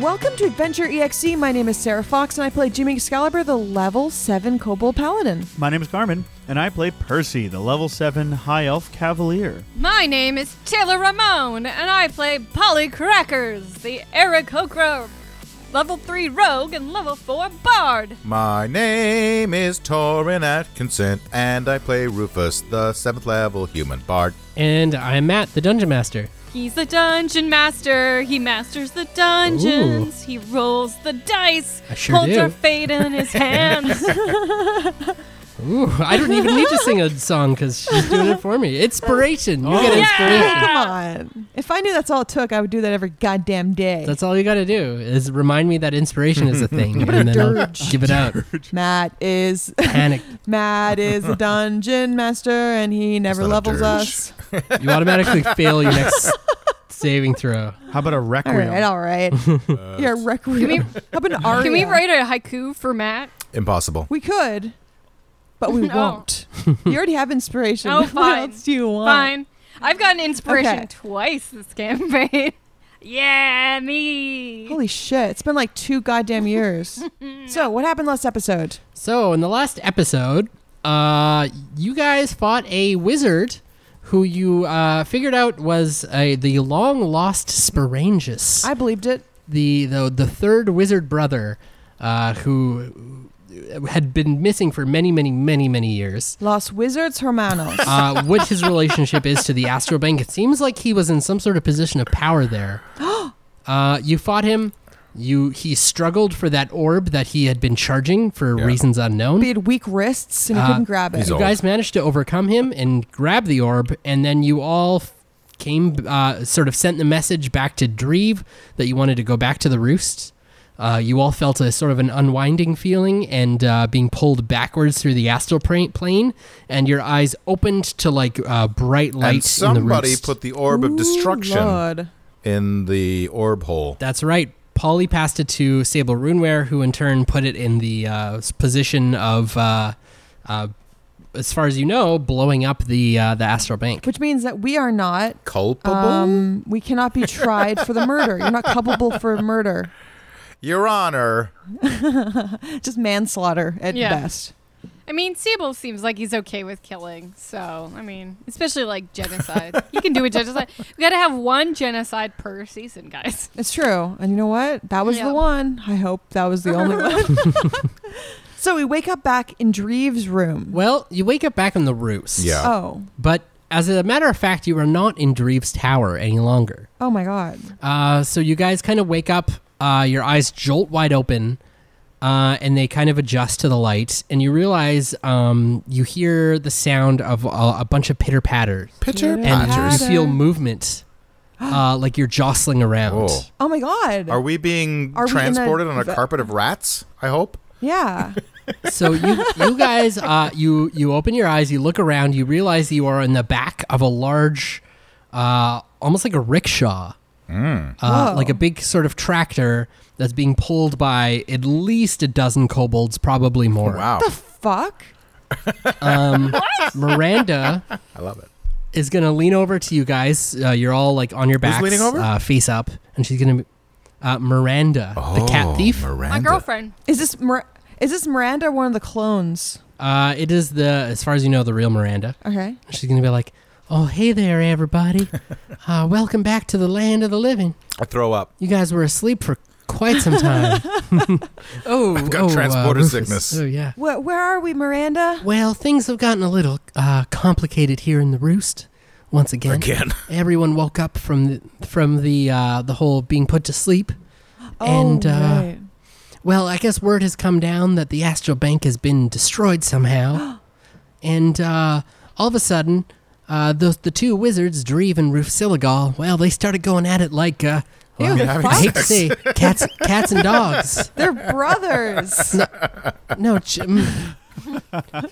Welcome to Adventure EXE. My name is Sarah Fox, and I play Jimmy Excalibur, the level 7 Kobold Paladin. My name is Carmen, and I play Percy, the level 7 High Elf Cavalier. My name is Taylor Ramon, and I play Polly Crackers, the Aarakocra level 3 rogue and level 4 bard. My name is Torin Atkinson, and I play Rufus, the seventh level human bard. And I'm Matt, the Dungeon Master. He's the dungeon master. He masters the dungeons. He rolls the dice. I sure holds do. your fate in his hands. Ooh, I don't even need to sing a song because she's doing it for me. Inspiration. You yeah. get inspiration. Come on. If I knew that's all it took, I would do that every goddamn day. That's all you got to do is remind me that inspiration is a thing, and then I'll give it out. Matt is Panic. Matt is a dungeon master, and he never not a levels dirge. us. You automatically fail your next saving throw. How about a All Requiem? right, all right. Uh, yeah, requiem. we- How about an aria? Can we write a haiku for Matt? Impossible. We could, but we No. won't. You already have inspiration. Oh, what fine. else do you want? Fine. I've gotten inspiration Okay. twice this campaign. yeah, me. Holy shit! It's been like two goddamn years. so, what happened last episode? So, in the last episode, uh, you guys fought a wizard who you uh, figured out was uh, the long lost Sporangus. I believed it. the the the third wizard brother, uh, who had been missing for many many many many years. Los Wizards Hermanos. Uh-huh. Uh, what his relationship is to the astral bank? It seems like he was in some sort of position of power there. Uh, you fought him. You he struggled for that orb that he had been charging for Yeah. reasons unknown. he had weak wrists and he couldn't grab it. Uh-huh. he's you old. guys managed to overcome him and grab the orb, and then you all f- came, uh, sort of sent the message back to Dreve that you wanted to go back to the roost. Uh, you all felt a sort of an unwinding feeling and uh, being pulled backwards through the astral pra- plane, and your eyes opened to like uh, bright light. in and the somebody roost. put the orb of destruction Lord. in the orb hole. That's right. Polly passed it to Sable Runeware, who in turn put it in the uh, s- position of, uh, uh, as far as you know, blowing up the uh, the astral bank. Which means that we are not. Culpable? Um, we cannot be tried for the murder. You're not culpable for murder. Your Honor. Just manslaughter at Yeah. best. I mean, Sable seems like he's okay with killing. So, I mean, especially like genocide. he can do a genocide. We got to have one genocide per season, guys. It's true. And you know what? That was Yeah. the one. I hope that was the only one. so we wake up back in Dreve's room. Well, you wake up back on the roost. Yeah. Oh. But as a matter of fact, you are not in Dreve's tower any longer. Oh my god. Uh, so you guys kind of wake up, uh, your eyes jolt wide open, uh, and they kind of adjust to the light, and you realize um, you hear the sound of a, a bunch of pitter patter, Pitcher Pitter and Patter. Patchers. you feel movement, uh, like you're jostling around. Whoa. Oh my god. Are we being Are we in a- transported on a the- carpet of rats? I hope. yeah. So you you guys uh, you you open your eyes, you look around, you realize you are in the back of a large, uh, almost like a rickshaw, Hmm. uh, Whoa. like a big sort of tractor that's being pulled by at least a dozen kobolds, probably more. Oh, Um, Wow. Fuck. Miranda I love it. is gonna lean over to you guys. Uh, you're all like on your backs, leaning over? Uh, face up, and she's gonna. Uh, Miranda, the Oh, cat thief. My Miranda. girlfriend. Is this Mir- is this Miranda or one of the clones? Uh, it is the, as far as you know, the real Miranda. Okay. She's gonna be like, "Oh, hey there, everybody! Uh, welcome back to the land of the living. I throw up. You guys were asleep for quite some time. oh, got oh, transporter Rufus. sickness. Oh yeah. Where where are we, Miranda? Well, things have gotten a little uh, complicated here in the roost. Once again, Again. everyone woke up from the, from the uh, the whole being put to sleep. And, uh, Oh, right. Well, I guess word has come down that the astral bank has been destroyed somehow, and uh, all of a sudden, uh, the the two wizards, Dreve and Roof Siligal, well, they started going at it like uh, well, Ew, having I hate fuck. to say cats cats and dogs. They're brothers. No, Jim,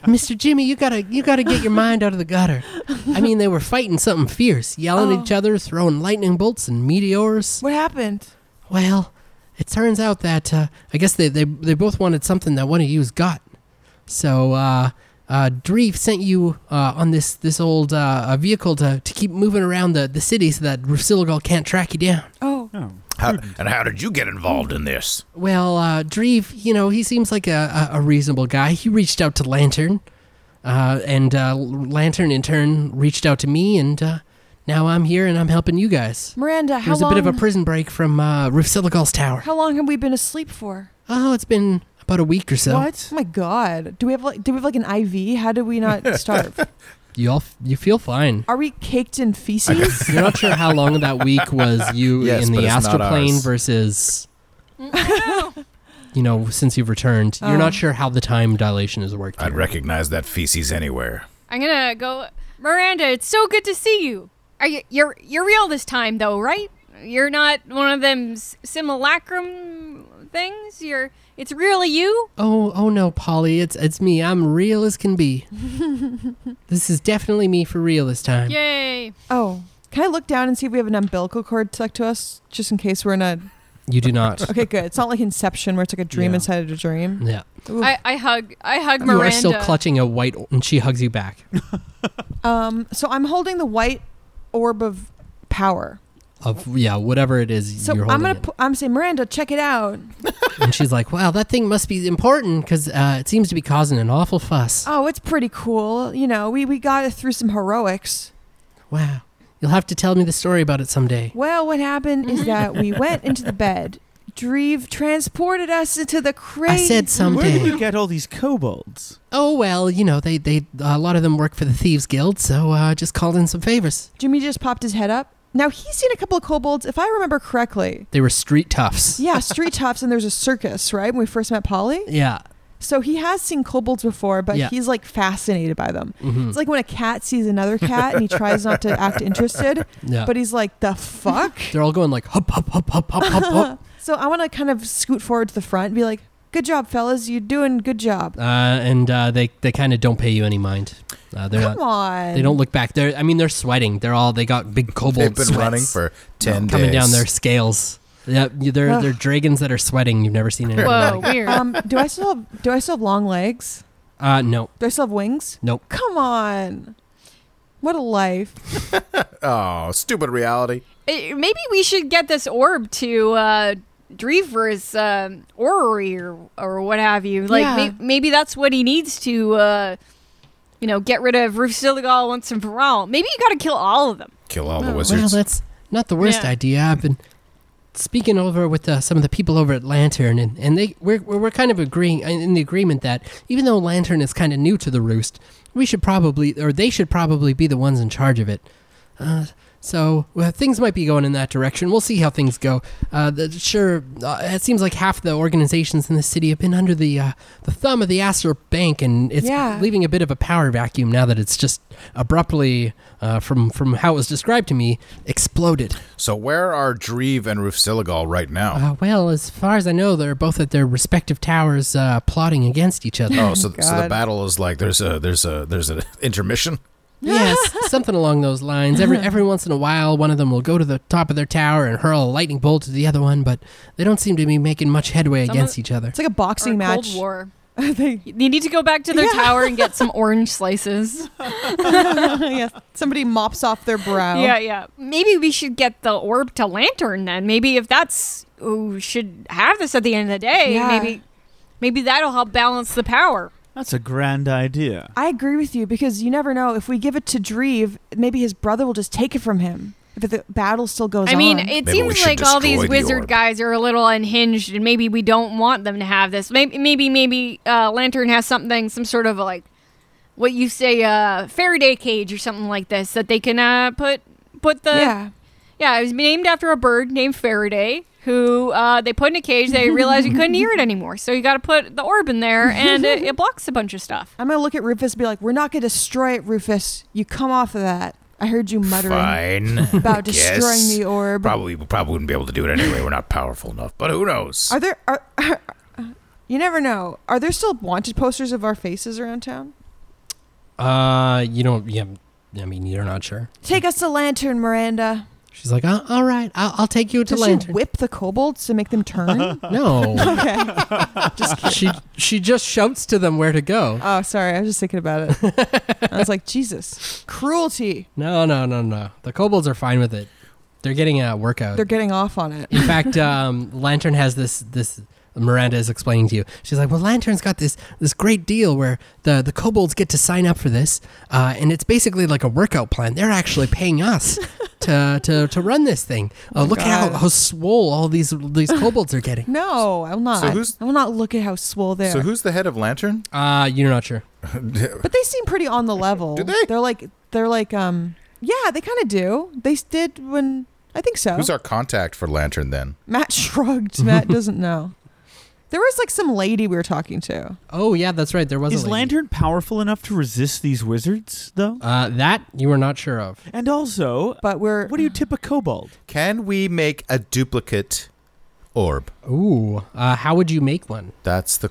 Mr. Jimmy, you gotta you gotta get your mind out of the gutter. I mean, they were fighting something fierce, yelling at each other, throwing lightning bolts and meteors. What happened? Well, it turns out that uh, I guess they, they they both wanted something that one of you's got. So uh, uh, Dreve sent you uh, on this this old uh, uh, vehicle to, to keep moving around the, the city so that Rusilgal can't track you down. Oh. Oh. How, and how did you get involved in this? Well, uh, Dreve, you know, he seems like a, a, a reasonable guy. He reached out to Lantern, uh, and uh, Lantern in turn reached out to me, and uh, now I'm here and I'm helping you guys. Miranda, There how was a long, bit of a prison break from uh, Roof Siligal's tower. how long have we been asleep for? Oh, it's been about a week or so. Oh my god. Do we have like do we have like an IV? How did we not starve? You all, f- you feel fine. Are we caked in feces? You're not sure how long of that week was you Yes, in but the it's astral not plane ours. versus, you know, since you've returned. You're Oh. not sure how the time dilation has worked. I'd here. recognize that feces anywhere. I'm gonna go. Miranda, it's so good to see you. Are you you're you're real this time though, right? You're not one of them s- simulacrum things. You're it's really you. Oh, oh no, Polly, it's it's me. I'm real as can be. this is definitely me for real this time. Yay! oh. Can I look down and see if we have an umbilical cord stuck to us? Just in case we're in a You do not. Okay, good. It's not like Inception where it's like a dream Yeah. Mm. inside of a dream. yeah. Oof. I, I hug I hug You Miranda. are still clutching a white, o- and she hugs you back. Um so I'm holding the white orb of power. Of yeah, whatever it is So you're I'm holding. gonna it. pu- I'm saying Miranda, check it out. and she's like, "Wow, that thing must be important because uh, it seems to be causing an awful fuss." Oh, it's pretty cool. You know, we we got it through some heroics. Wow, you'll have to tell me the story about it someday. Well, what happened is that we went into the bed. Dreve transported us into the I crazy. said Where did someday. you get all these kobolds? Oh well, you know they they a lot of them work for the thieves guild, so uh, just called in some favors. Jimmy just popped his head up. Now he's seen a couple of kobolds, if I remember correctly. They were street toughs. Yeah, street tops, and there's a circus, right? When we first met Polly, Yeah. so he has seen kobolds before, but Yeah. he's like fascinated by them. hmm It's like when a cat sees another cat and he tries not to act interested, yeah. but he's like, "The fuck." They're all going like hop hop hop hop hop hop hop. so I want to kind of scoot forward to the front and be like, "Good job, fellas. You're doing good job." Uh, and uh, they they kind of don't pay you any mind. Uh, they're Come not, on. they don't look back. They're I mean they're sweating. They're all they got big kobold They've been sweats running for ten coming days. down their scales. Yeah, you- they're Ugh. they're dragons that are sweating. You've never seen anything Whoa, like. weird. um, do I still have, do I still have long legs? Uh, no, Do I still have wings? Nope. Come on. What a life. Oh, stupid reality. Uh, maybe we should get this orb to uh, Drever's um orrery or, or what have you. Like Yeah. may- maybe that's what he needs to, uh, you know, get rid of Roof Siligal once and for all. Maybe you got to kill all of them. Kill all the Well, well wizards. that's not the worst Yeah. idea. I've been speaking over with uh, some of the people over at Lantern, and and they we're we're we're kind of agreeing uh, in the agreement that even though Lantern is kind of new to the roost, we should probably or they should probably be the ones in charge of it. Uh, so well, things might be going in that direction. We'll see how things go. Uh, the, sure, uh, it seems like half the organizations in the city have been under the uh, the thumb of the Astor Bank, and it's Yeah. leaving a bit of a power vacuum now that it's just abruptly, uh, from from how it was described to me, exploded. so where are Dreve and Rufsiligal right Oh now? Uh, well, as far as I know, they're both at their respective towers uh, plotting against each other. oh, so, so the God. battle is like there's a there's a there's an intermission. yes, something along those lines. Every every once in a while, one of them will go to the top of their tower and hurl a lightning bolt at the other one, but they don't seem to be making much headway Some against of- each other. It's like a boxing Or match. Cold War. They- You need to go back to their Yeah. tower and get some orange slices. yeah, somebody mops off their brow. Yeah, yeah. Maybe we should get the orb to Lantern then. Maybe if that's who should have this at the end of the day, Yeah. maybe maybe that'll help balance the power. That's a grand idea. I agree with you because you never know. If we give it to Dreve, maybe his brother will just take it from him if the battle still goes I mean, on. it Maybe we seems should like all these destroy the wizard orb. guys are a little unhinged, and maybe we don't want them to have this. Maybe, maybe, maybe uh, Lantern has something, some sort of like what you say, uh, Faraday cage or something like this that they can uh, put put the yeah. yeah. It was named after a bird named Faraday who uh, they put in a cage. They realized you couldn't hear it anymore, so you got to put the orb in there, and it, it blocks a bunch of stuff. I'm going to look at Rufus and be like, we're not going to destroy it, Rufus. You come off of that. I heard you muttering Fine. about Yes. destroying the orb. Probably we probably wouldn't be able to do it anyway. We're not powerful enough. But who knows? Are there. Are, are, you never know. Are there still wanted posters of our faces around town? Uh, you don't. Yeah, I mean, you're not sure. Take us to Lantern, Miranda. She's like, "Uh, all right, I'll, I'll take you to Does she Lantern. whip the kobolds to make them turn? no, okay. she she just shouts to them where to go. Oh, sorry. I was just thinking about it. I was like, Jesus, cruelty. No, no, no, no. The kobolds are fine with it. They're getting a workout. They're getting off on it. In fact, um, Lantern has this this. Miranda is explaining to you. She's like, "Well, Lantern's got this this great deal where the the kobolds get to sign up for this, uh, and it's basically like a workout plan. They're actually paying us to to, to run this thing. Uh, look at how, Oh, God. how swole all these these kobolds are getting. No, I will not. So who's- I will not look at how swole they are. So who's the head of Lantern? Uh, you're not sure. but they seem pretty on the level. Do they? They're like they're like um yeah, they kind of do. They s- did when I think so. Who's our contact for Lantern then? Matt shrugged. Matt doesn't know. There was like some lady we were talking to. Oh yeah, that's right. There was Is a lady. Lantern powerful enough to resist these wizards, though? Uh, that you were not sure of. And also, But we're what do you tip a kobold? Can we make a duplicate orb? Ooh, uh, how would you make one? That's the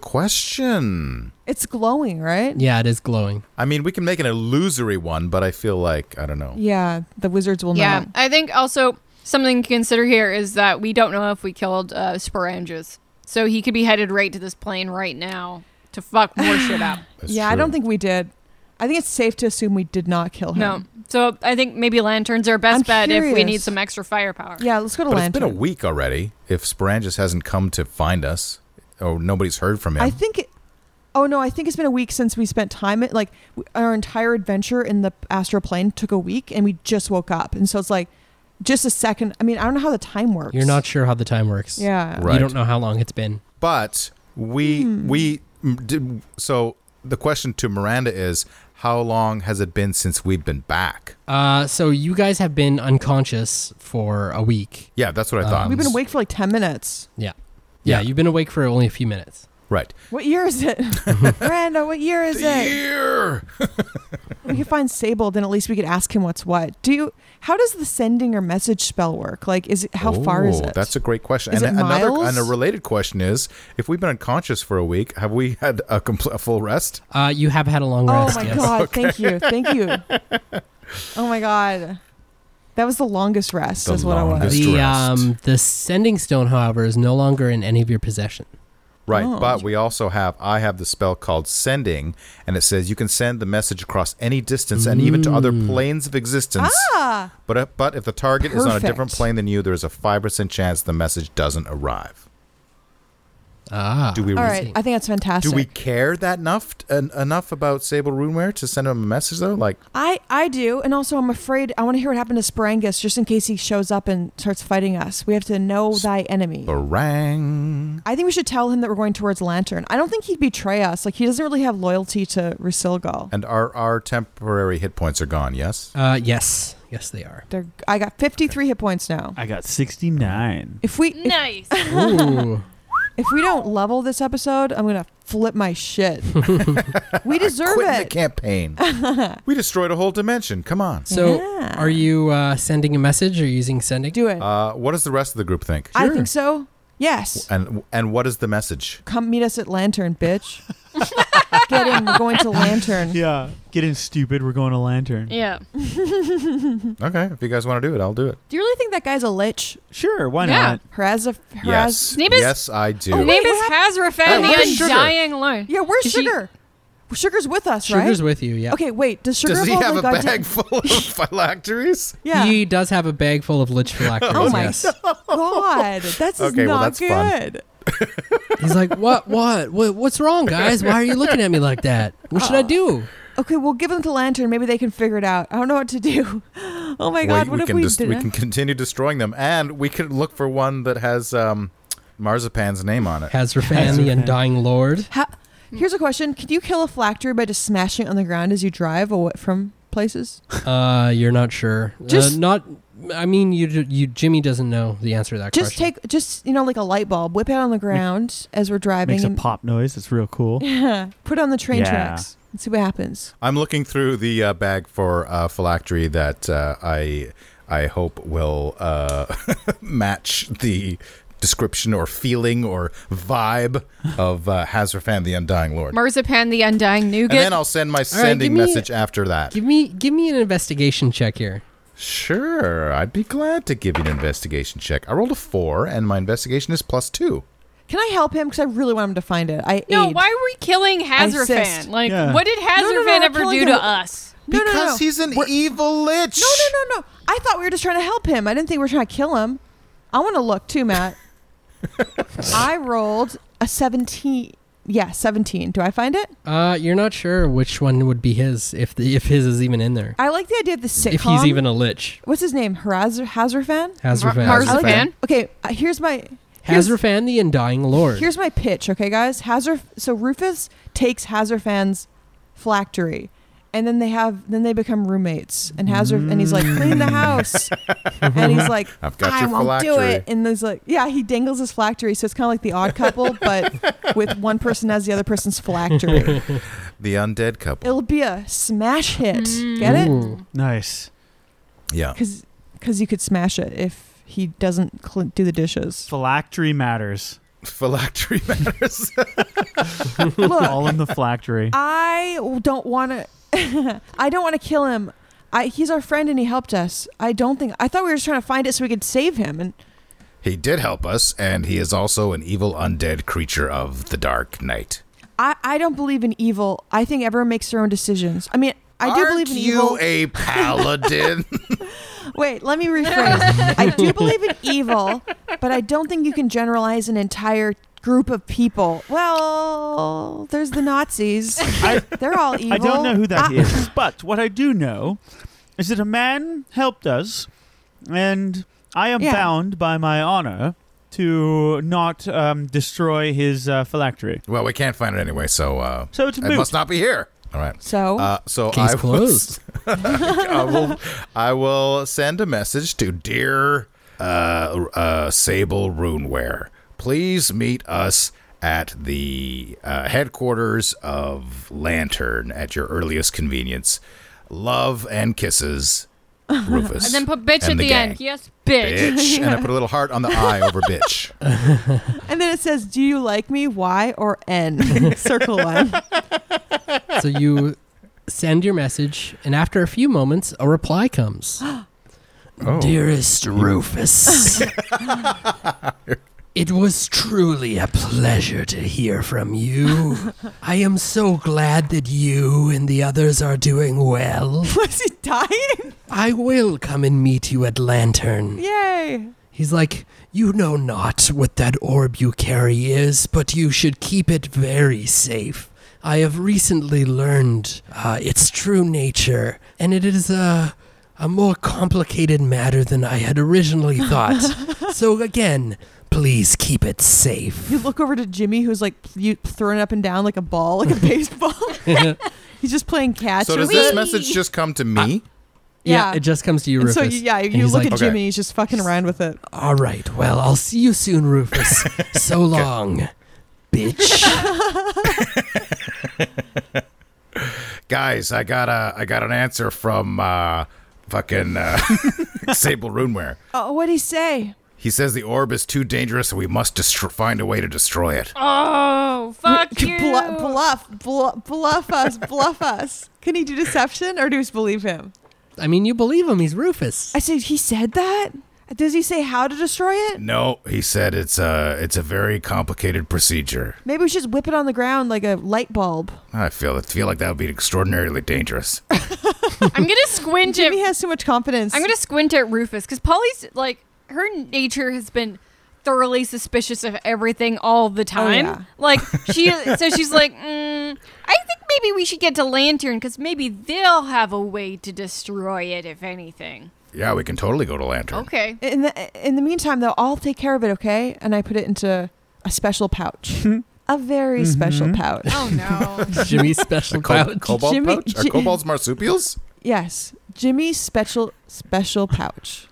question. it's glowing, right? Yeah, it is glowing. I mean, we can make an illusory one, but I feel like I don't know. Yeah, the wizards will yeah, not. I think also something to consider here is that we don't know if we killed uh, Sporanges, so he could be headed right to this plane right now to fuck more shit up. That's yeah, I true. don't think we did. I think it's safe to assume we did not kill him. No, so I think maybe lanterns are best I'm bet if we curious. need some extra firepower. Yeah, let's go to But it's lantern. been a week already. If Sporanges hasn't come to find us, or nobody's heard from him, I think. It, oh no, I think it's been a week since we spent time at like w- our entire adventure in the astral plane took a week, and we just woke up, and so it's like just a second. I mean, I don't know how the time works. You're not sure how the time works. Yeah. Right. You don't know how long it's been. but we Hmm. we mm, did, so the question to Miranda is how long has it been since we've been back? Uh, so you guys have been unconscious for a week. Yeah, that's what I thought. Um, We've been awake for like ten minutes. Yeah. Yeah, Yeah. you've been awake for only a few minutes. right. What year is it, Miranda? What year is it? Year. We could find Sable, then at least we could ask him what's what. Do you? How does the sending or message spell work? Like, is it, how far is Oh, it? That's a great question. Is and it another miles? and a related question is if we've been unconscious for a week, have we had a, compl- a full rest? Uh, you have had a long Oh rest. my yes. god! Thank you, thank you. Oh my god, that was the longest rest. The is what I was. longest- The Distressed. um the sending stone, however, is no longer in any of your possession. Right, Oh. but we also have I have the spell called sending and it says you can send the message across any distance and even to other planes of existence. Mm. Ah, But if, but if the target is on a different Perfect. plane than you, there is a 5% chance the message doesn't arrive. Ah. Do we all re- right. I think that's fantastic. do we care that enough en- enough about Sable Runeware to send him a message though? Like I I do, and also I'm afraid I want to hear what happened to Sparangus, just in case he shows up and starts fighting us. We have to know thy enemy. barang. I think we should tell him that we're going towards Lantern. I don't think he'd betray us. Like he doesn't really have loyalty to Rusilgal. And our our temporary hit points are gone, yes? Uh yes. Yes they are. They're, I got 53 hit points now. I got 69. If we if, Nice. Ooh. if we don't level this episode, I'm gonna flip my shit. we deserve Quitting the it. campaign. we destroyed a whole dimension. Come on. So Yeah. are you uh, sending a message or using sending? Do it. Uh, what does the rest of the group think? I sure. think so. Yes. And and what is the message? Come meet us at Lantern, bitch. Get in. We're going to Lantern. Yeah. Getting stupid. We're going to Lantern. yeah. Okay, if you guys want to do it, I'll do it. Do you really think that guy's a lich? uh, Sure. Why Yeah. not? Haraz? Yes, Name is- yes, I do. His name Oh, wait, is what Oh, Hey, Hazrafan where's the Sugar? Undying Loan. Yeah, where's Does she- Sugar? Well, Sugar's with us, Sugar's right? with you, yeah. Okay, wait. Does Sugar Does he all have the a goddamn- bag full of phylacteries? Yeah. He does have a bag full of lich phylacteries. Oh my yes. God, that's just Okay, not well, that's fun. good. He's like, what, what, what, what's wrong, guys? Why are you looking at me like that? What Oh. should I do? Okay, we'll give them to Lantern. Maybe they can figure it out. I don't know what to do. Oh my God, we, what we if can we just- did we can continue destroying them, and we could look for one that has um, marzipan's name on it. Hazrafan, the Hazrafan. Undying Lord. Ha- Here's a question: Can you kill a phylactery by just smashing it on the ground as you drive away from places? Uh, you're not sure. Just- uh, not. I mean, you, you. Jimmy doesn't know the answer to that Just question. take, just you know, like a light bulb, whip it on the ground as we're driving. Makes a and- pop noise. It's real cool. Yeah, put it on the train Yeah. tracks and see what happens. I'm looking through the uh, bag for uh, phylactery that uh, I I hope will uh, match the description or feeling or vibe of uh, Hazrafan the Undying Lord. Marzipan the Undying and then Nougat. I'll send my give sending me- message after that. Give me, give me an investigation check here. Sure, I'd be glad to give you an investigation check. I rolled a four, and my investigation is plus two. Can I help him? Because I really want him to find it. I No, aid. why were we killing Hazrafan? insist. Like, Yeah. what did Hazrafan No, no, no, we're ever killing do him. to us? No, no, because no. he's an We're- evil lich. No, no, no, no. I thought we were just trying to help him. I didn't think we were trying to kill him. I want to look too, Matt. I rolled a 17. Yeah, 17. Do I find it? Uh, you're not sure which one would be his if the, if his is even in there. I like the idea of the sitcom. If he's even a lich, What's his name? Haraz- Hazarfan? Hazarfan. Har- I like Hazarfan. it. Okay, uh, here's my here's, Hazarfan, the Undying Lord. here's my pitch, okay, guys? Hazar so Rufus takes Hazarfan's phylactery. And then they have, then they become roommates. And Hazard, and he's like, clean the house. and he's like, I've got I your won't phylactery. do it. And there's like, yeah, he dangles his phylactery, so it's kind of like the odd couple, but with one person has the other person's phylactery. The undead couple. It'll be a smash hit. Mm. Get Mm. it? Ooh. Nice. yeah. Because you could smash it if he doesn't cl- do the dishes. Phylactery matters. Phylactery matters. Look, All in the phylactery. I don't want to. I don't want to kill him. I, he's our friend and he helped us. I don't think. I thought we were just trying to find it so we could save him. And he did help us, and he is also an evil undead creature of the dark night. I, I don't believe in evil. I think everyone makes their own decisions. I mean, I do Aren't believe in you evil. a paladin? Wait, let me rephrase. I do believe in evil, but I don't think you can generalize an entire group of people. Well, there's the Nazis. I, They're all evil. Ah. I don't know who that I- is, but what I do know is that a man helped us, and I am Yeah. bound by my honor to not um, destroy his uh, phylactery. well, we can't find it anyway, so uh, So it's a it moot. must not be here. All right. So, Uh, so Oh, Case I closed. Was, I will. I will send a message to dear uh, uh, Sable Runeware. Please meet us at the uh, headquarters of Lantern at your earliest convenience. Love and kisses, Rufus. And then put bitch and at the, gang. end. Yes, bitch. Bitch, and I put a little heart on the eye over bitch. and then it says, "Do you like me? Why or N?" Circle one. so you send your message, and after a few moments, a reply comes. Dearest Rufus, it was truly a pleasure to hear from you. I am so glad that you and the others are doing well. Was he dying? I will come and meet you at Lantern. Yay! He's like, You know not what that orb you carry is, but you should keep it very safe. I have recently learned uh, its true nature, and it is a, a more complicated matter than I had originally thought. so, again, please keep it safe. You look over to Jimmy, who's like you throwing up and down like a ball, like a baseball. He's just playing catch. So or does something. this Wee. message just come to me? Yeah, Yeah. it just comes to you, And so you, yeah, you look at Okay. Jimmy. He's just fucking around with it. All right, well, I'll see you soon, Rufus. so long, bitch. guys, I got a I got an answer from uh, fucking uh, Sable Runeware. Oh, what'd he say? He says the orb is too dangerous, and we must destro- find a way to destroy it. Oh, fuck you. Bluff, bluff, bluff, bluff us, bluff us. Can he do deception or do we just believe him? I mean, you believe him, he's Rufus. I said, he said that? Does he say how to destroy it? No, he said it's a it's a very complicated procedure. Maybe we should just whip it on the ground like a light bulb. I feel I feel like that would be extraordinarily dangerous. I'm gonna squint at. Jimmy has so much confidence. I'm gonna squint at Rufus because Polly's like her nature has been thoroughly suspicious of everything all the time. yeah. Like she, so she's like, mm, I think maybe we should get to Lantern because maybe they'll have a way to destroy it if anything. yeah, we can totally go to Lantern. Okay. in the in the meantime, though, I'll take care of it, okay? And I put it into a special pouch, a very special pouch. Oh no. Jimmy's special Col- pouch. cobalt Jimmy- pouch? Are Ji- kobolds marsupials? Yes, Jimmy's special special pouch.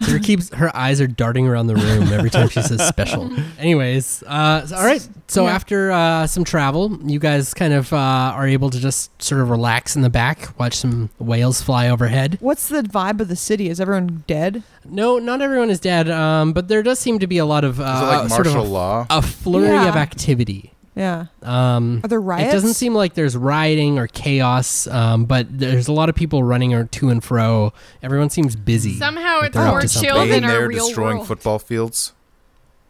Her keeps her eyes are darting around the room every time she says special. Anyways, uh, so- all right. So Yeah. after uh, some travel, you guys kind of uh, are able to just sort of relax in the back, watch some whales fly overhead. What's the vibe of the city? Is everyone dead? No, not everyone is dead, um, but there does seem to be a lot of uh, Is it like sort martial of a, law? a flurry Yeah. of activity. Yeah. Um, Are there riots? It doesn't seem like there's rioting or chaos, um, but there's a lot of people running or to and fro. Everyone seems busy. Somehow Like it's they're up more to something. chill They than in our there real destroying world. football fields.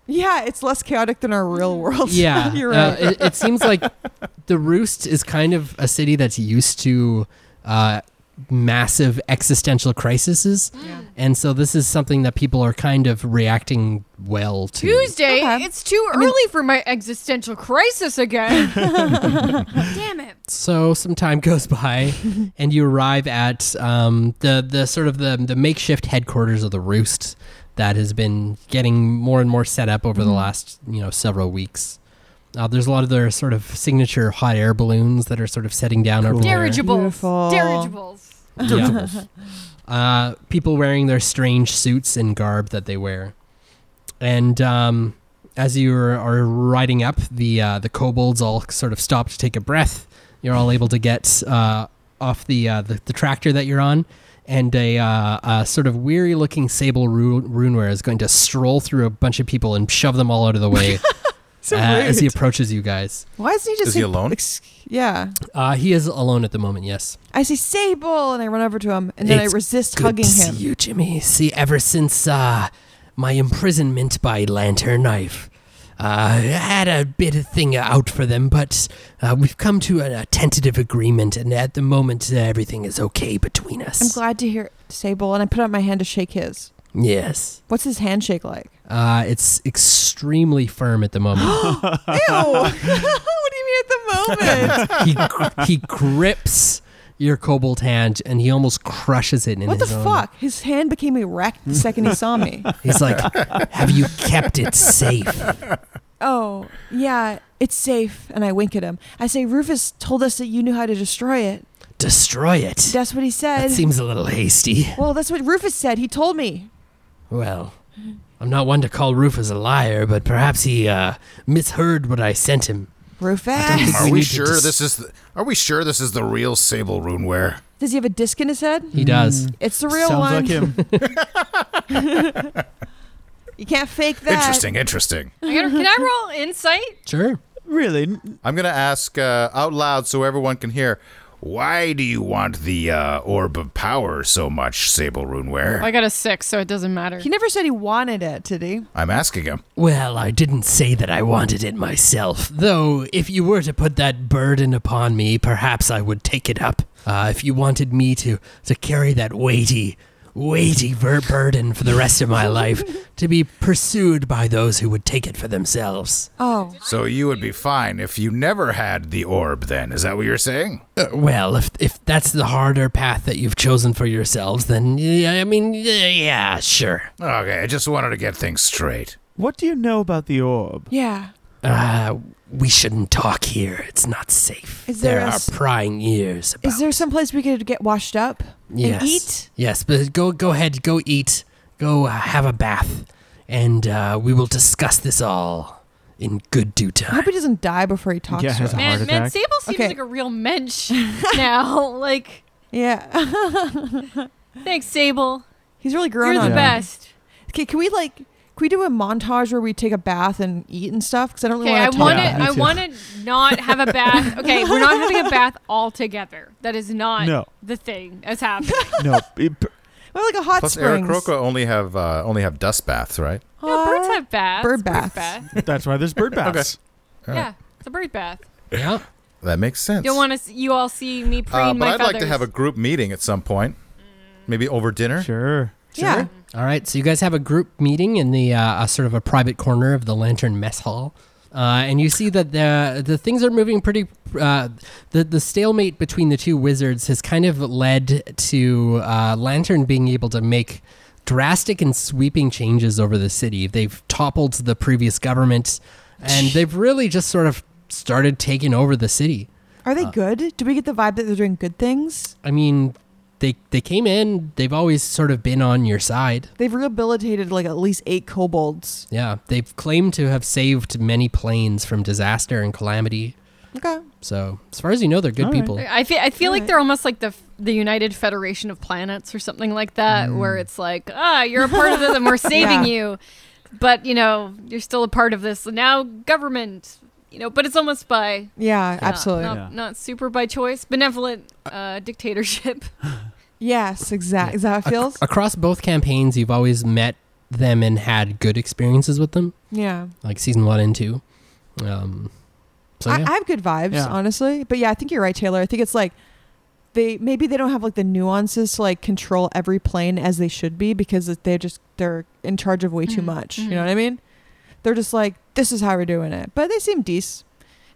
Yeah, it's less chaotic than our real world. Yeah, You're uh, right. it, it seems like the Roost is kind of a city that's used to uh, massive existential crises. And so this is something that people are kind of reacting well to. Tuesday. Okay. It's too early for my existential crisis again. Damn it. So some time goes by, and you arrive at um, the the sort of the the makeshift headquarters of the Roost that has been getting more and more set up Mm-hmm. over the last you know several weeks. Uh, there's a lot of their sort of signature hot air balloons that are sort of setting down over there. Dirigibles. Beautiful. Dirigibles. Yeah. uh, people wearing their strange suits and garb that they wear. And um, as you are, are riding up, the uh, the kobolds all sort of stop to take a breath. You're all able to get uh, off the, uh, the the tractor that you're on, and a, uh, a sort of weary looking sable ru- runeware is going to stroll through a bunch of people and shove them all out of the way uh, So as he rude. approaches you guys. Why isn't he just Is he say- alone? ex- yeah. Uh, he is alone at the moment. Yes. I say Sable, and I run over to him, and then It's I resist Good hugging to him. See you, Jimmy. See, ever since uh, my imprisonment by Lantern Knife, uh, I had a bit of thing out for them, but uh, we've come to a, a tentative agreement, and at the moment, uh, everything is okay between us. I'm glad to hear it, Sable, and I put out my hand to shake his. Yes. What's his handshake like? Uh, it's extremely firm at the moment. Ew! what do you mean at the moment? he, gr- he grips your cobalt hand, and he almost crushes it in what the his own. fuck? His hand became erect the second he saw me. He's like, "Have you kept it safe?" Oh, yeah, it's safe. And I wink at him. I say, Rufus told us that you knew how to destroy it. Destroy it. That's what he said. That seems a little hasty. well, that's what Rufus said. He told me. Well, I'm not one to call Rufus a liar, but perhaps he uh, misheard what I sent him. Rufus? Are We we, need to sure dis- this is? The, are we sure this is the real Sable Runeware? Does he have a disc in his head? He does. It's the real Sounds one. like him. You can't fake that. Interesting, interesting. I gotta- can I roll insight? Sure. really? N- I'm gonna ask uh, out loud so everyone can hear. Why do you want the uh, orb of power so much, Sable Runeware? I got a six, so it doesn't matter. He never said he wanted it, did he? I'm asking him. Well, I didn't say that I wanted it myself, though if you were to put that burden upon me, perhaps I would take it up. Uh, if you wanted me to, to carry that weighty, weighty ver- burden for the rest of my life, to be pursued by those who would take it for themselves. Oh. So you would be fine if you never had the orb. Then is that what you're saying? Uh, Well, if if that's the harder path that you've chosen for yourselves, then yeah, I mean, yeah, yeah, sure. Okay, I just wanted to get things straight. What do you know about the orb? Yeah. Uh, we shouldn't talk here. It's not safe. Is there there a are s- prying ears. About. Is there some place we could get washed up yes. and eat? Yes, but go go ahead, go eat, go uh, have a bath, and uh, we will discuss this all in good due I hope time. he doesn't die before he talks Yeah, to has us. a Man, heart man, attack. Sable seems Okay. like a real mensch now. Like, Yeah. thanks, Sable. He's really grown You're on the me. Yeah. best. Okay, can we like can we do a montage where we take a bath and eat and stuff? Because I don't really Okay, I want to talk. want to. Yeah, me I too. want to not have a bath. Okay, we're not having a bath altogether. That is not No. the thing that's happening. no. it- Well, like a hot Plus, springs. Eric Roca only have uh, only have dust baths, right? No, birds Aw. have baths. bird baths. that's why there's bird baths. Yeah, it's a bird bath. yeah. That makes sense. Don't want to. You all see me preening uh, but my I'd feathers. like to have a group meeting at some point, maybe over dinner. Sure. Yeah. All right, so you guys have a group meeting in the uh, a sort of a private corner of the Lantern Mess Hall, uh, and you see that the the things are moving pretty. Uh, the the stalemate between the two wizards has kind of led to uh, Lantern being able to make drastic and sweeping changes over the city. They've toppled the previous government, and they've really just sort of started taking over the city. Are Uh, they good? Do we get the vibe that they're doing good things? I mean, they they came in. They've always sort of been on your side. They've rehabilitated like at least eight kobolds. Yeah, they've claimed to have saved many planes from disaster and calamity. Okay. So, as far as you know, they're good All right. people. I feel. I feel like Alright. they're almost like the the United Federation of Planets or something like that, Mm. where it's like, ah, you're a part of this, and we're saving Yeah. you, but you know, you're still a part of this now government. You know, but it's almost by Yeah, not- absolutely. not, Yeah. not super by choice, benevolent uh, dictatorship. Yes, exactly. Is that how it feels? Across both campaigns, you've always met them and had good experiences with them, yeah. like season one and two. Um, so, I, yeah. I have good vibes, Yeah. honestly. But yeah, I think you're right, Taylor. I think it's like they maybe they don't have like the nuances to like control every plane as they should be because they're just they're in charge of way too Mhm, much. mhm. You know what I mean? They're just like this is how we're doing it, but they seem decent.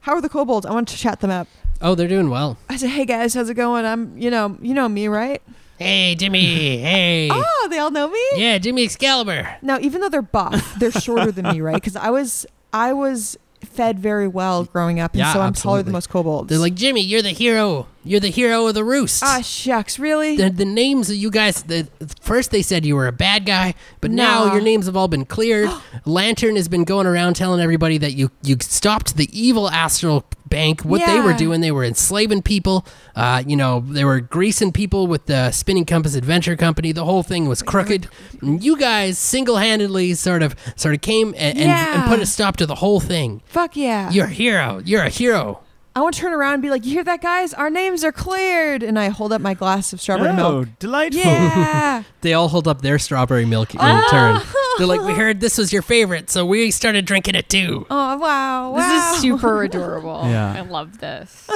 How are the kobolds? I want to chat them up. Oh, they're doing well. I said, "Hey guys, how's it going? I'm, you know, you know me, right? Hey, Jimmy. Hey. Oh, they all know me. Yeah, Jimmy Excalibur. Now, even though they're buff, they're shorter than me, right? Because I was, I was fed very well growing up, and Yeah, so I'm taller absolutely. than most kobolds. They're like, Jimmy, you're the hero. You're the hero of the roost. ah, shucks, really? the, the names of you guys, the, first they said you were a bad guy, but now Nah. your names have all been cleared. Lantern has been going around telling everybody that you, you stopped the evil astral bank. What they were Yeah. doing, they were enslaving people. Uh, you know, they were greasing people with the Spinning Compass Adventure Company. The whole thing was crooked. And you guys single handedly sort of sort of came a- and, and, and Yeah. put a stop to the whole thing. Fuck yeah! You're a hero. You're a hero. I want to turn around and be like, "You hear that, guys? Our names are cleared." And I hold up my glass of strawberry Oh, milk. delightful. Yeah. They all hold up their strawberry milk in turn. They're like, we heard this was your favorite, so we started drinking it too. oh wow! Wow. This is super adorable. Yeah. I love this.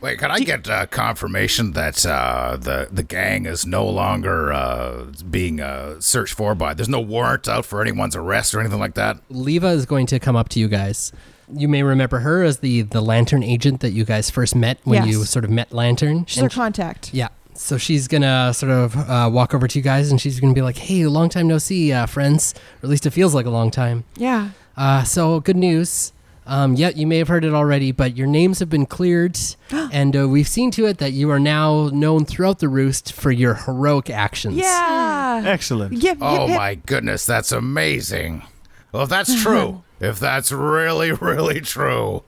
Wait, can I get uh, confirmation that uh, the the gang is no longer uh, being uh, searched for by? There's no warrant out for anyone's arrest or anything like that. Leva is going to come up to you guys. You may remember her as the the lantern agent that you guys first met when Yes. you sort of met Lantern. She's our And- contact. yeah. So she's gonna sort of uh, walk over to you guys, and she's gonna be like, "Hey, long time no see, uh, friends. Or at least it feels like a long time. Yeah. Uh, so good news. Um, yeah, you may have heard it already, but your names have been cleared, and uh, we've seen to it that you are now known throughout the roost for your heroic actions. Yeah. Excellent. Yep, Oh yep, yep. my goodness, that's amazing. Well, if that's true, Uh-huh. if that's really, really true,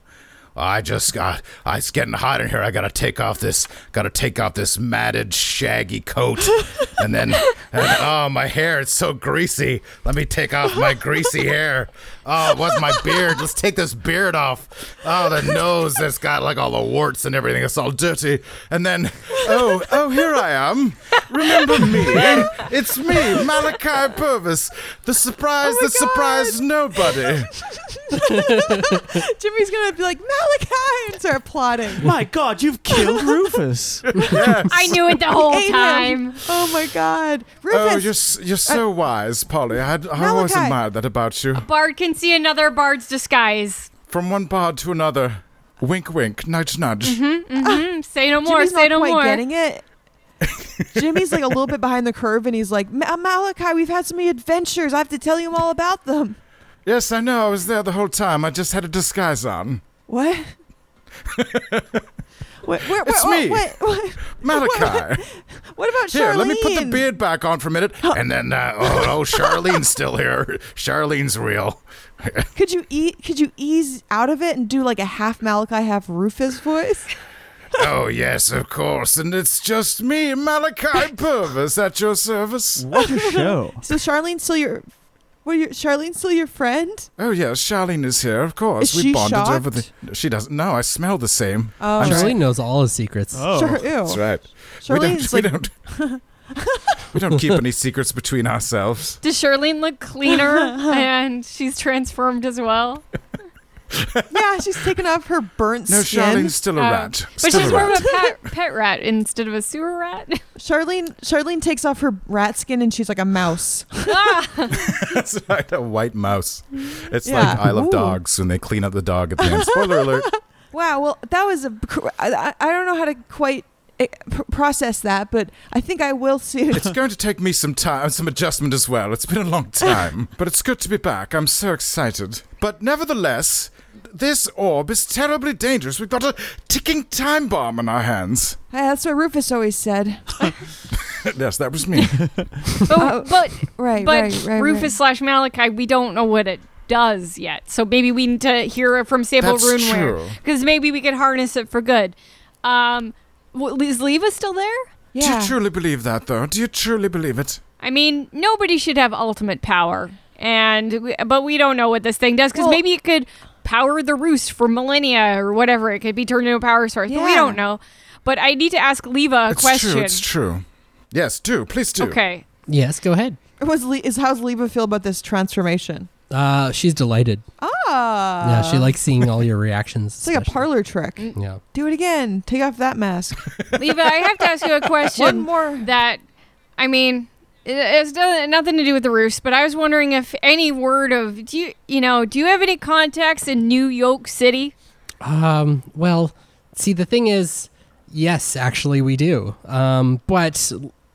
I just got, I, it's getting hot in here. I gotta take off this, gotta take off this matted, shaggy coat. and then, and, oh, my hair, it's so greasy. Let me take off my greasy hair. Oh, it was my beard. Let's take this beard off. Oh, the nose that's got like all the warts and everything. It's all dirty. And then, oh, oh, here I am. Remember me? It's me, Malachi Purvis, the surprise Oh that surprised nobody. Jimmy's gonna be like Malachi and start plotting. My God, you've killed Rufus. I knew it the whole Ate him. time. Oh my God, Rufus. Oh, you're s- you're so wise, Polly. I, had- I always Uh, Malachi. admired that about you. Bard can see another bard's disguise. From one bard to another. Wink, wink, nudge, nudge. Mm-hmm. Mm, say no more. Jimmy's say Ah. not no quite more. getting it. Jimmy's like a little bit behind the curve, and he's like, "Ma- Malachi, we've had so many adventures. I have to tell you all about them. Yes, I know. I was there the whole time. I just had a disguise on. What? what, where, It's what, me. What, what, Malachi. what about Charlene? Here, let me put the beard back on for a minute. And then, uh, oh, oh, Charlene's still here. Charlene's real. Could you eat? Could you ease out of it and do like a half Malachi, half Rufus voice? Oh, yes, of course. And it's just me, Malachi Purvis, at your service. what a show. So Charlene's still your. Well, your Charlene's still your friend. Oh, yes, Charlene is here, of course. Is we she bonded shocked? over the. She doesn't. No, I smell the same. Oh, Charlene knows all his secrets. Oh. Char- ew. That's right. We Charlene's don't, we, like don't, we don't keep any secrets between ourselves. Does Charlene look cleaner and she's transformed as well? yeah, she's taking off her burnt No, skin. Charlene's still a Um, rat. But still she's a more rat. of a pet, pet rat instead of a sewer rat. Charlene Charlene takes off her rat skin and she's like a mouse. That's right, a white mouse. It's Mm-hmm. Yeah. like I love Ooh. dogs when they clean up the dog at the end. Spoiler alert. Wow. Well, that was a. cr- I, I- I don't know how to quite eh, pr- process that, but I think I will soon. Uh, It's going to take me some time, some adjustment as well. It's been a long time, but it's good to be back. I'm so excited. But nevertheless, this orb is terribly dangerous. We've got a ticking time bomb in our hands. Eh, that's what Rufus always said. yes, that was me. But, but, Oh, Right. but right, right, right. Rufus slash Malachi, we don't know what it does yet. So maybe we need to hear it from Sable That's true. Runeware. Because maybe we could harness it for good. Um, w- is Leva still there? Do Yeah. you truly believe that, though? Do you truly believe it? I mean, nobody should have ultimate power, and we, but we don't know what this thing does because Well- maybe it could power the roost for millennia or whatever. It could be turned into a power source, but we Yeah. don't know. But I need to ask Leva a it's question. true. It's true. Yes, do please do. Okay, Yes, go ahead. Was Le- is how's Leva feel about this transformation? Uh, she's delighted. Oh, Yeah. yeah, she likes seeing all your reactions. It's like a parlor trick. Mm. Yeah. Do it again. Take off that mask. Leva, I have to ask you a question. One more. That, I mean, it has do- nothing to do with the roost, but I was wondering if any word of do you you know do you have any contacts in New York City? Um, well, see, the thing is, yes, actually, we do. Um, but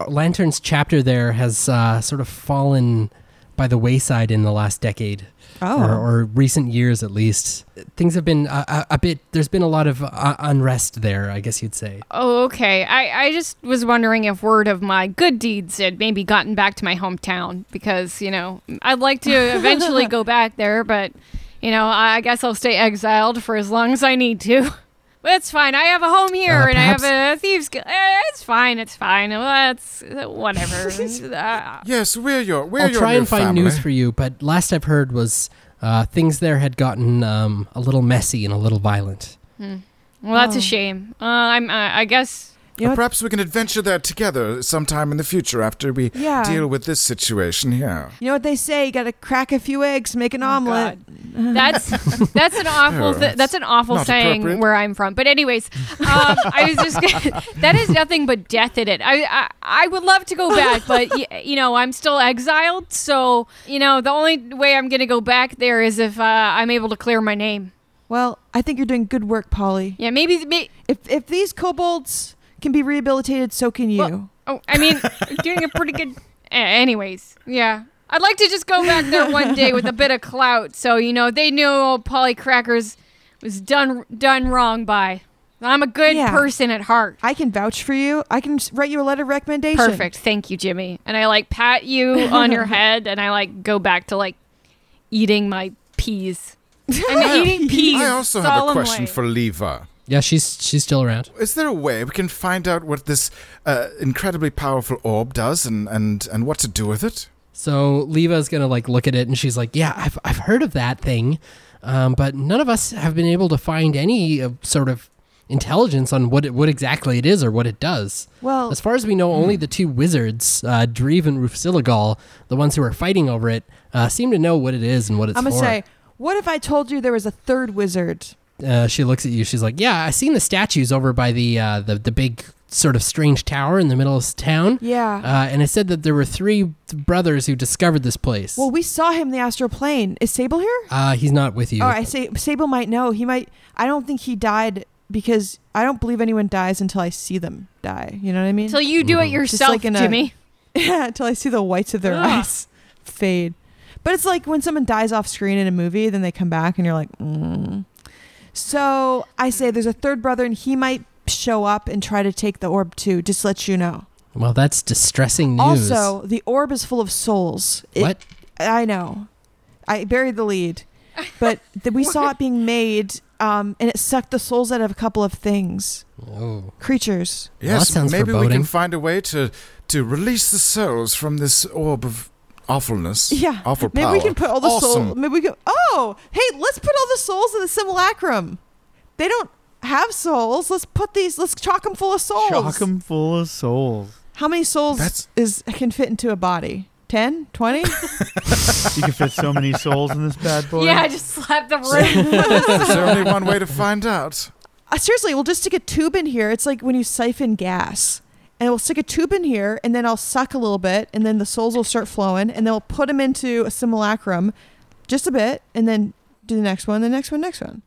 Lantern's chapter there has uh, sort of fallen by the wayside in the last decade. Oh. Or, or recent years, at least, things have been uh, a, a bit. There's been a lot of uh, unrest there, I guess you'd say. Oh, okay. I I just was wondering if word of my good deeds had maybe gotten back to my hometown because you know I'd like to eventually go back there, but you know I I guess I'll stay exiled for as long as I need to. But it's fine. I have a home here, Uh, and I have perhaps- a thieves. Gu- eh, it's fine. It's fine. Well, it's whatever. Uh, Yes, we're your we're I'll your try new and find family. news for you, but last I've heard was uh, things there had gotten um, a little messy and a little violent. Well, that's Oh. a shame. Uh, I'm. Uh, I guess. You know what? Perhaps we can adventure there together sometime in the future after we Yeah. deal with this situation here. You know what they say? You got to crack a few eggs, make an Oh, omelet. That's that's an awful. Yeah, Th- that's an awful Oh, not saying appropriate. where I'm from. But anyways, um, I was just. Gonna, that is nothing but death in it. I, I I would love to go back, but y- you know I'm still exiled. So you know the only way I'm gonna go back there is if uh, I'm able to clear my name. Well, I think you're doing good work, Polly. Yeah, maybe. may- If if these kobolds can be rehabilitated, so can you. Well- oh, I mean, you're doing a pretty good. a- anyways, yeah. I'd like to just go back there one day with a bit of clout, so you know they knew old Polly Crackers was done done wrong by. I'm a good Yeah. person at heart. I can vouch for you. I can s- write you a letter of recommendation. Perfect. Thank you, Jimmy. And I like pat you on your head, and I like go back to like eating my peas. I'm eating peas. I also have a solemnly. question for Leva. Yeah, she's she's still around. Is there a way we can find out what this uh, incredibly powerful orb does and, and, and what to do with it? So Leva's gonna like look at it and she's like, "Yeah, I've I've heard of that thing, um, but none of us have been able to find any uh, sort of intelligence on what it, what exactly it is or what it does. Well, As far as we know, Hmm. only the two wizards, uh, Dreve and Rufsiligal, the ones who are fighting over it, uh, seem to know what it is and what it's I'm gonna for." say, what if I told you there was a third wizard? uh, she looks at you. She's like, "Yeah, I seen the statues over by the uh, the the big sort of strange tower in the middle of town." Yeah. Uh, and it said that there were three brothers who discovered this place. well, we saw him in the astral plane. Is Sable here? uh, he's not with you. Oh, I say Sable might know. He might. I don't think he died because I don't believe anyone dies until I see them die. You know what I mean? Till you do it yourself, Mm-hmm. like in a- Jimmy. yeah, until I see the whites of their Ugh. eyes fade. But it's like when someone dies off screen in a movie, then they come back and you're like, mm. so I say there's a third brother and he might show up and try to take the orb too. Just to let you know. Well, that's distressing news. Also, the orb is full of souls. It- what? I know. I buried the lead, but th- we saw it being made, um, and it sucked the souls out of a couple of things, Oh, creatures. Well, that yes, sounds maybe we foreboding. can find a way to, to release the souls from this orb of awfulness. Yeah, Awful maybe power. we can put all the awesome. souls. Maybe we can. Oh, hey, let's put all the souls in the simulacrum. They don't have souls. Let's put these. Let's chock them full of souls. Shock 'em full of souls. How many souls That's- is can fit into a body? 10? 20? You can fit so many souls in this bad boy. Yeah, I just slapped the room. There's only one way to find out. uh, seriously, we'll just stick a tube in here. It's like when you siphon gas. And we'll stick a tube in here, and then I'll suck a little bit, and then the souls will start flowing, and then we'll put them into a simulacrum just a bit, and then do the next one, the next one, next one.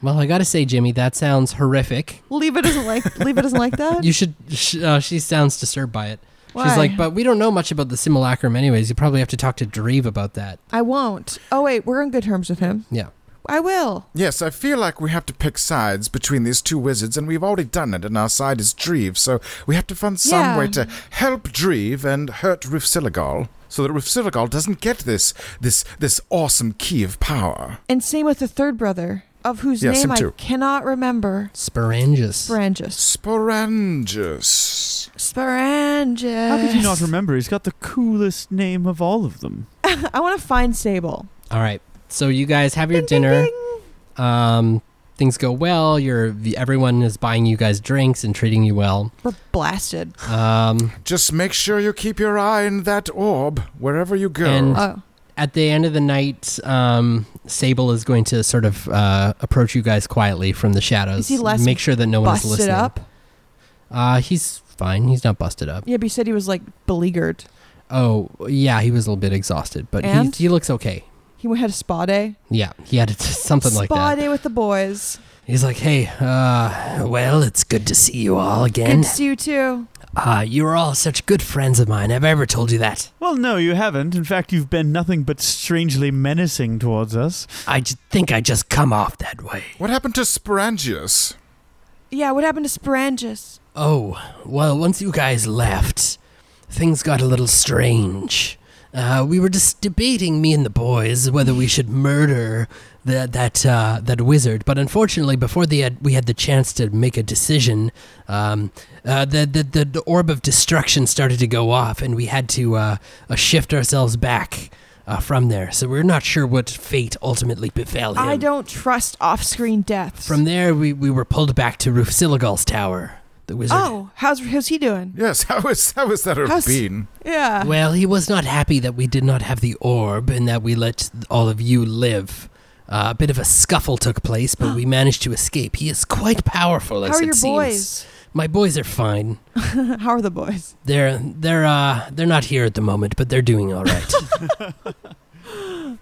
well, I gotta say, Jimmy, that sounds horrific. Leva doesn't like Leva doesn't like that. You should. Sh- uh, she sounds disturbed by it. Why? She's like, but we don't know much about the simulacrum, anyways. You probably have to talk to Dreve about that. I won't. Oh wait, we're on good terms with him. Yeah. I will. Yes, I feel like we have to pick sides between these two wizards, and we've already done it, and our side is Dreve, so we have to find some Yeah. way to help Dreve and hurt Rufsiligal, so that Rufsiligal doesn't get this this this awesome key of power. And same with the third brother, of whose Yes, name him I too. cannot remember. Sporangus. Sporangus. Sporangus. Sporangus. How could you not remember? He's got the coolest name of all of them. I want to find Sable. All right. So you guys have your Ding, ding, dinner. ding. Um, things go well. You're everyone is buying you guys drinks and treating you well. We're blasted. Um, Just make sure you keep your eye on that orb wherever you go. And- Oh, at the end of the night, um, Sable is going to sort of uh, approach you guys quietly from the shadows. Is he less Make sure that no one's Busted listening. up. Uh, he's fine. He's not busted up. Yeah, but you said he was like beleaguered. Oh, yeah, he was a little bit exhausted, but he, And? he looks okay. He had a spa day. Yeah, he had something spa like that. day with the boys. He's like, hey, uh, well, it's good to see you all Good again. to see you too. Uh, you're all such good friends of mine. Have I ever told you that? Well, no, you haven't. In fact, you've been nothing but strangely menacing towards us. I j- think I just come off that way. What happened to Sporangius? Yeah, what happened to Sporangus? Oh, well, once you guys left, things got a little strange. Uh, we were just debating, me and the boys, whether we should murder that that uh, that wizard. But unfortunately, before the we had the chance to make a decision, um, uh, the, the the the orb of destruction started to go off, and we had to uh, uh, shift ourselves back uh, from there. So we're not sure what fate ultimately befell him. I don't trust off-screen deaths. From there, we, we were pulled back to Roof Siligal's tower. The wizard. oh, how's how's he doing? Yes, how is how is that a How's- bean? Yeah. Well, he was not happy that we did not have the orb and that we let all of you live. Uh, a bit of a scuffle took place, but we managed to escape. He is quite powerful, as How are it your seems. boys? My boys are fine. How are the boys? They're they're uh they're not here at the moment, but they're doing all right.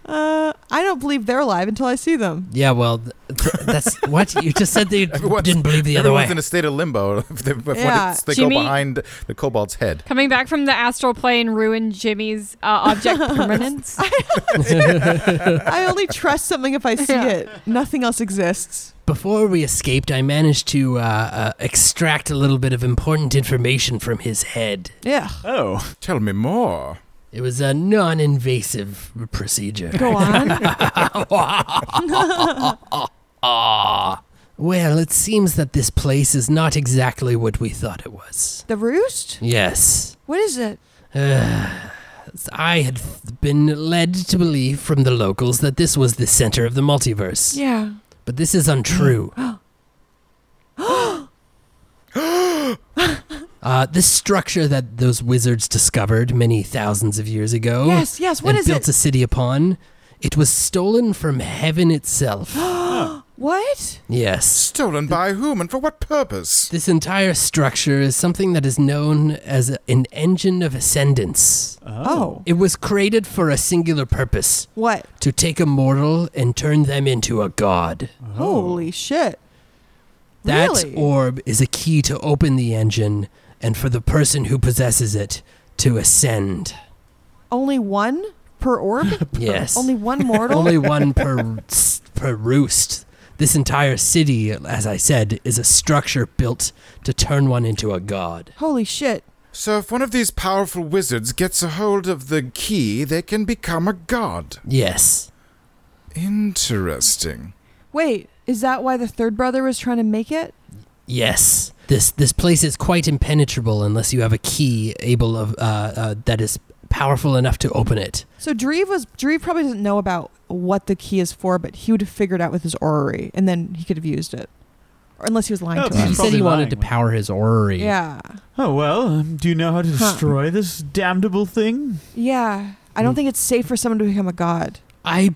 Uh, I don't believe they're alive until I see them. yeah, well, th- th- that's what you just said. They Everyone's- didn't believe the other Everyone's way. in a state of limbo. if they, if Yeah. they go Jimmy? behind the kobold's head. Coming back from the astral plane ruined Jimmy's uh, object permanence. I only trust something if I see Yeah. it. Nothing else exists. Before we escaped, I managed to uh, uh, extract a little bit of important information from his head. Yeah. Oh, Tell me more. It was a non-invasive procedure. Go on. Ah. Well, it seems that this place is not exactly what we thought it was. the roost? Yes. What is it? I had th- been led to believe from the locals that this was the center of the multiverse. Yeah. But this is untrue. uh, this structure that those wizards discovered many thousands of years ago Yes, yes, what Oh. and is built it? a city upon, it was stolen from heaven itself. What? yes. Stolen by whom and for what purpose? This entire structure is something that is known as a- an engine of ascendance. Oh. It was created for a singular purpose What? to take a mortal and turn them into a god. Holy shit. That Really? orb is a key to open the engine and for the person who possesses it to ascend. Only one per orb? Yes. Only one mortal? Only one per, s- per roost. This entire city, as I said, is a structure built to turn one into a god. Holy shit. So if one of these powerful wizards gets a hold of the key, they can become a god. Yes. Interesting. Wait, is that why the third brother was trying to make it? Yes, this this place is quite impenetrable unless you have a key able of uh, uh, that is powerful enough to open it. So Dreve was Dreve probably doesn't know about what the key is for, but he would have figured out with his orrery and then he could have used it. Or unless he was lying Oh, to He's he us. probably said he wanted lying, to like- power his orrery. Yeah. oh well. um, Do you know how to Huh. destroy this damnable thing? Yeah. I don't Mm. think it's safe for someone to become a god. I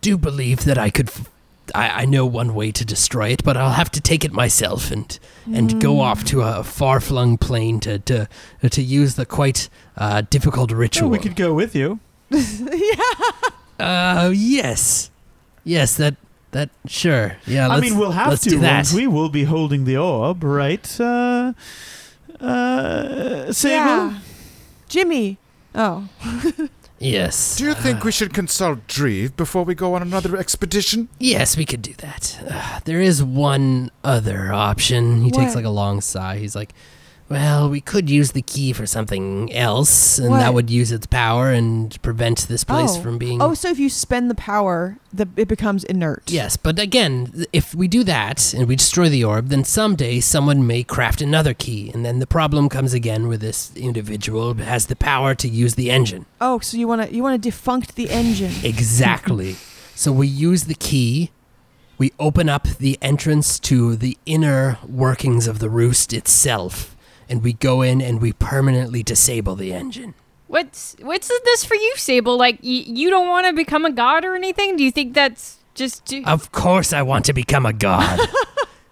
do believe that I could. F- I, I know one way to destroy it, but I'll have to take it myself and and Hmm. Mm. go off to a far flung plane to to uh, to use the quite uh, difficult Oh, ritual. we could go with you. uh, yes, yes, that that sure. Yeah, I let's- mean, we'll have let's to. do that. Once we will be holding the orb, right? Uh, uh, Sable. Yeah. Jimmy. Oh. yes. Do you think we should consult Dreve before we go on another expedition? Yes, we could do that. Uh, there is one other option. He takes What? like a long sigh. He's like, "Well, we could use the key for something else, and that What? would use its power and prevent this place oh. from being." Oh, so if you spend the power, the it becomes inert. Yes, but again, th- if we do that and we destroy the orb, then someday someone may craft another key, and then the problem comes again where this individual has the power to use the engine. Oh, so you wanna you wanna defunct the engine. Exactly. so we use the key. We open up the entrance to the inner workings of the roost itself, and we go in and we permanently disable the engine. What's what's this for you, Sable? Like y- you don't want to become a god or anything? Do you think that's just? Too- Of course, I want to become a god.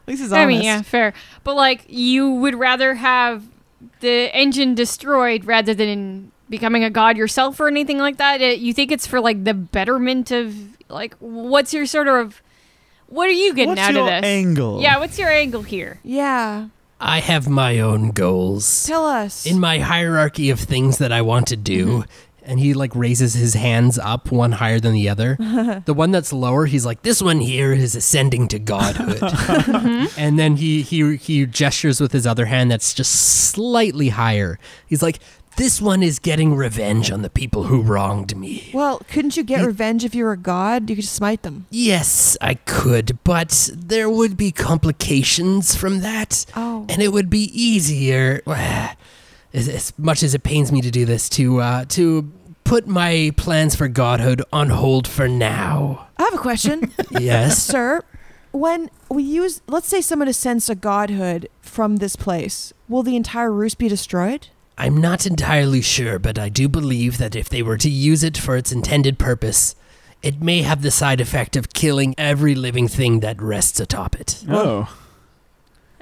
Lisa's honest. I mean, yeah, fair. But like you would rather have the engine destroyed rather than becoming a god yourself or anything like that. Uh, You think it's for like the betterment of like what's your sort of what are you getting What's out your of this angle? Yeah, what's your angle here? Yeah. I have my own goals Tell us. in my hierarchy of things that I want to do. And he like raises his hands up, one higher than the other. the one that's lower, he's like, "This one here is ascending to godhood." and then he he he gestures with his other hand that's just slightly higher. He's like, "This one is getting revenge on the people who wronged me." well, couldn't you get revenge if you were a god? You could just smite them. Yes, I could, but there would be complications from that. Oh. And it would be easier, as, as much as it pains me to do this, to, uh, to put my plans for godhood on hold for now. I have a question, Yes. sir. When we use, let's say someone ascends to godhood from this place, will the entire roost be destroyed? I'm not entirely sure, but I do believe that if they were to use it for its intended purpose, it may have the side effect of killing every living thing that rests atop it. Oh.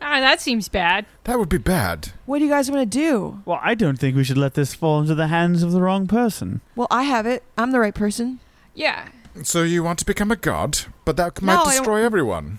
Ah, that seems bad. That would be bad. What do you guys want to do? Well, I don't think we should let this fall into the hands of the wrong person. Well, I have it. I'm the right person. Yeah. So you want to become a god, but that No, I might don't- destroy everyone.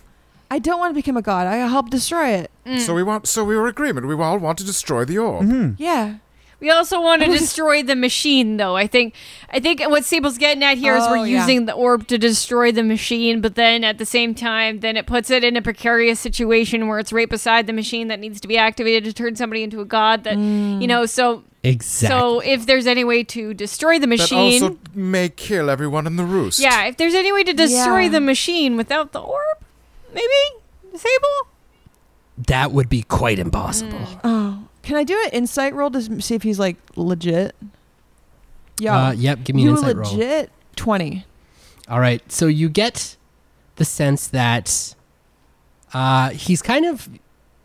I don't want to become a god. I help destroy it. So we want. So we were agreement. We all want to destroy the orb. Hmm. Yeah. We also want to destroy the machine, though. I think, I think what Sable's getting at here is Oh, we're yeah. using the orb to destroy the machine, but then at the same time, then it puts it in a precarious situation where it's right beside the machine that needs to be activated to turn somebody into a god. That Mm. you know, so Exactly. so if there's any way to destroy the That machine, also may kill everyone in the roost. yeah, if there's any way to destroy Yeah. the machine without the orb, maybe Sable. that would be quite impossible. Oh. Can I do an insight roll to s- see if he's like legit? Yeah. Uh, yep, give me an you insight roll. legit 20. All right. So you get the sense that uh, he's kind of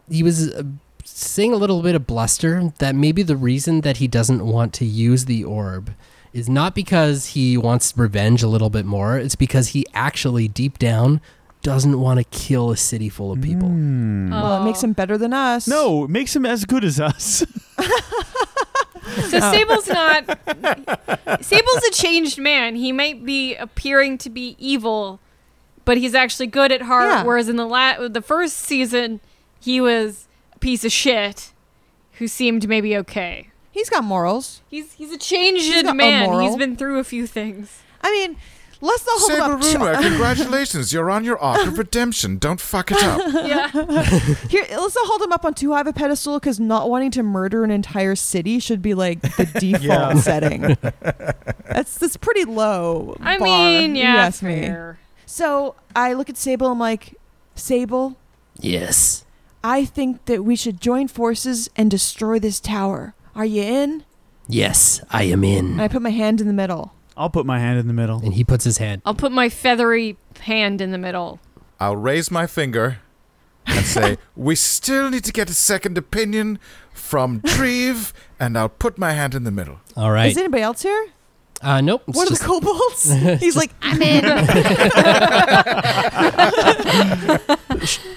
he was uh, saying a little bit of bluster that maybe the reason that he doesn't want to use the orb is not because he wants revenge a little bit more. It's because he actually deep down doesn't want to kill a city full of people. Mm. Hmm. Well, it Oh. makes him better than us. No, it makes him as good as us. So Oh. Sable's not. Sable's a changed man. He might be appearing to be evil, but he's actually good at heart. Yeah. Whereas in the la- the first season, he was a piece of shit who seemed maybe okay. He's got morals. He's he's a changed not man. immoral. He's been through a few things. I mean, let's not hold Saber up. to- Runeware, congratulations! You're on your arc of redemption. Don't fuck it up. Yeah. Here, let's not hold him up on too high of a pedestal because not wanting to murder an entire city should be like the default Yeah. setting. That's that's pretty low. I bar, mean, if yeah. you ask me. fair. So I look at Sable. I'm like, Sable, Yes. I think that we should join forces and destroy this tower. Are you in? Yes, I am in. And I put my hand in the middle. I'll put my hand in the middle. and he puts his hand. I'll put my feathery hand in the middle. I'll raise my finger and say, "We still need to get a second opinion from Dreve," and I'll put my hand in the middle. All right. Is anybody else here? uh, nope. it's what just- are the kobolds? He's like, I'm in.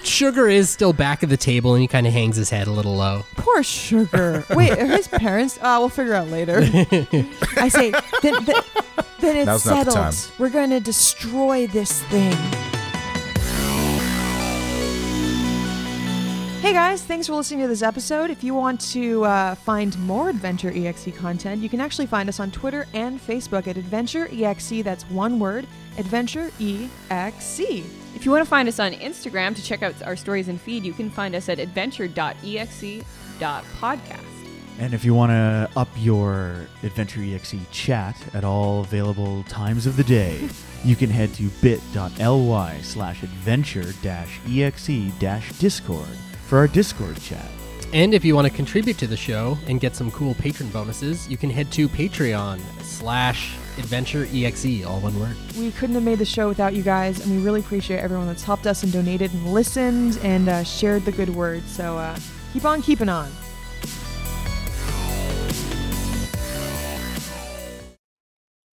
Sugar is still back at the table, and he kind of hangs his head a little low. poor sugar. Wait, are his parents? Ah, we'll figure out later. I say, then, then, then it's Now's not the settled. time. We're going to destroy this thing. Hey guys, thanks for listening to this episode. If you want to uh, find more Adventure EXE content, you can actually find us on Twitter and Facebook at Adventure EXE. That's one word, Adventure E EXE. If you want to find us on Instagram to check out our stories and feed, you can find us at E adventure.exe.podcast. And if you want to up your Adventure EXE chat at all available times of the day, you can head to bit.ly slash adventure dash exe dash discord for our Discord chat. And if you want to contribute to the show and get some cool patron bonuses, you can head to Patreon slash Adventure EXE, all one word. We couldn't have made the show without you guys, and we really appreciate everyone that's helped us and donated and listened and uh, shared the good word. So uh, keep on keeping on.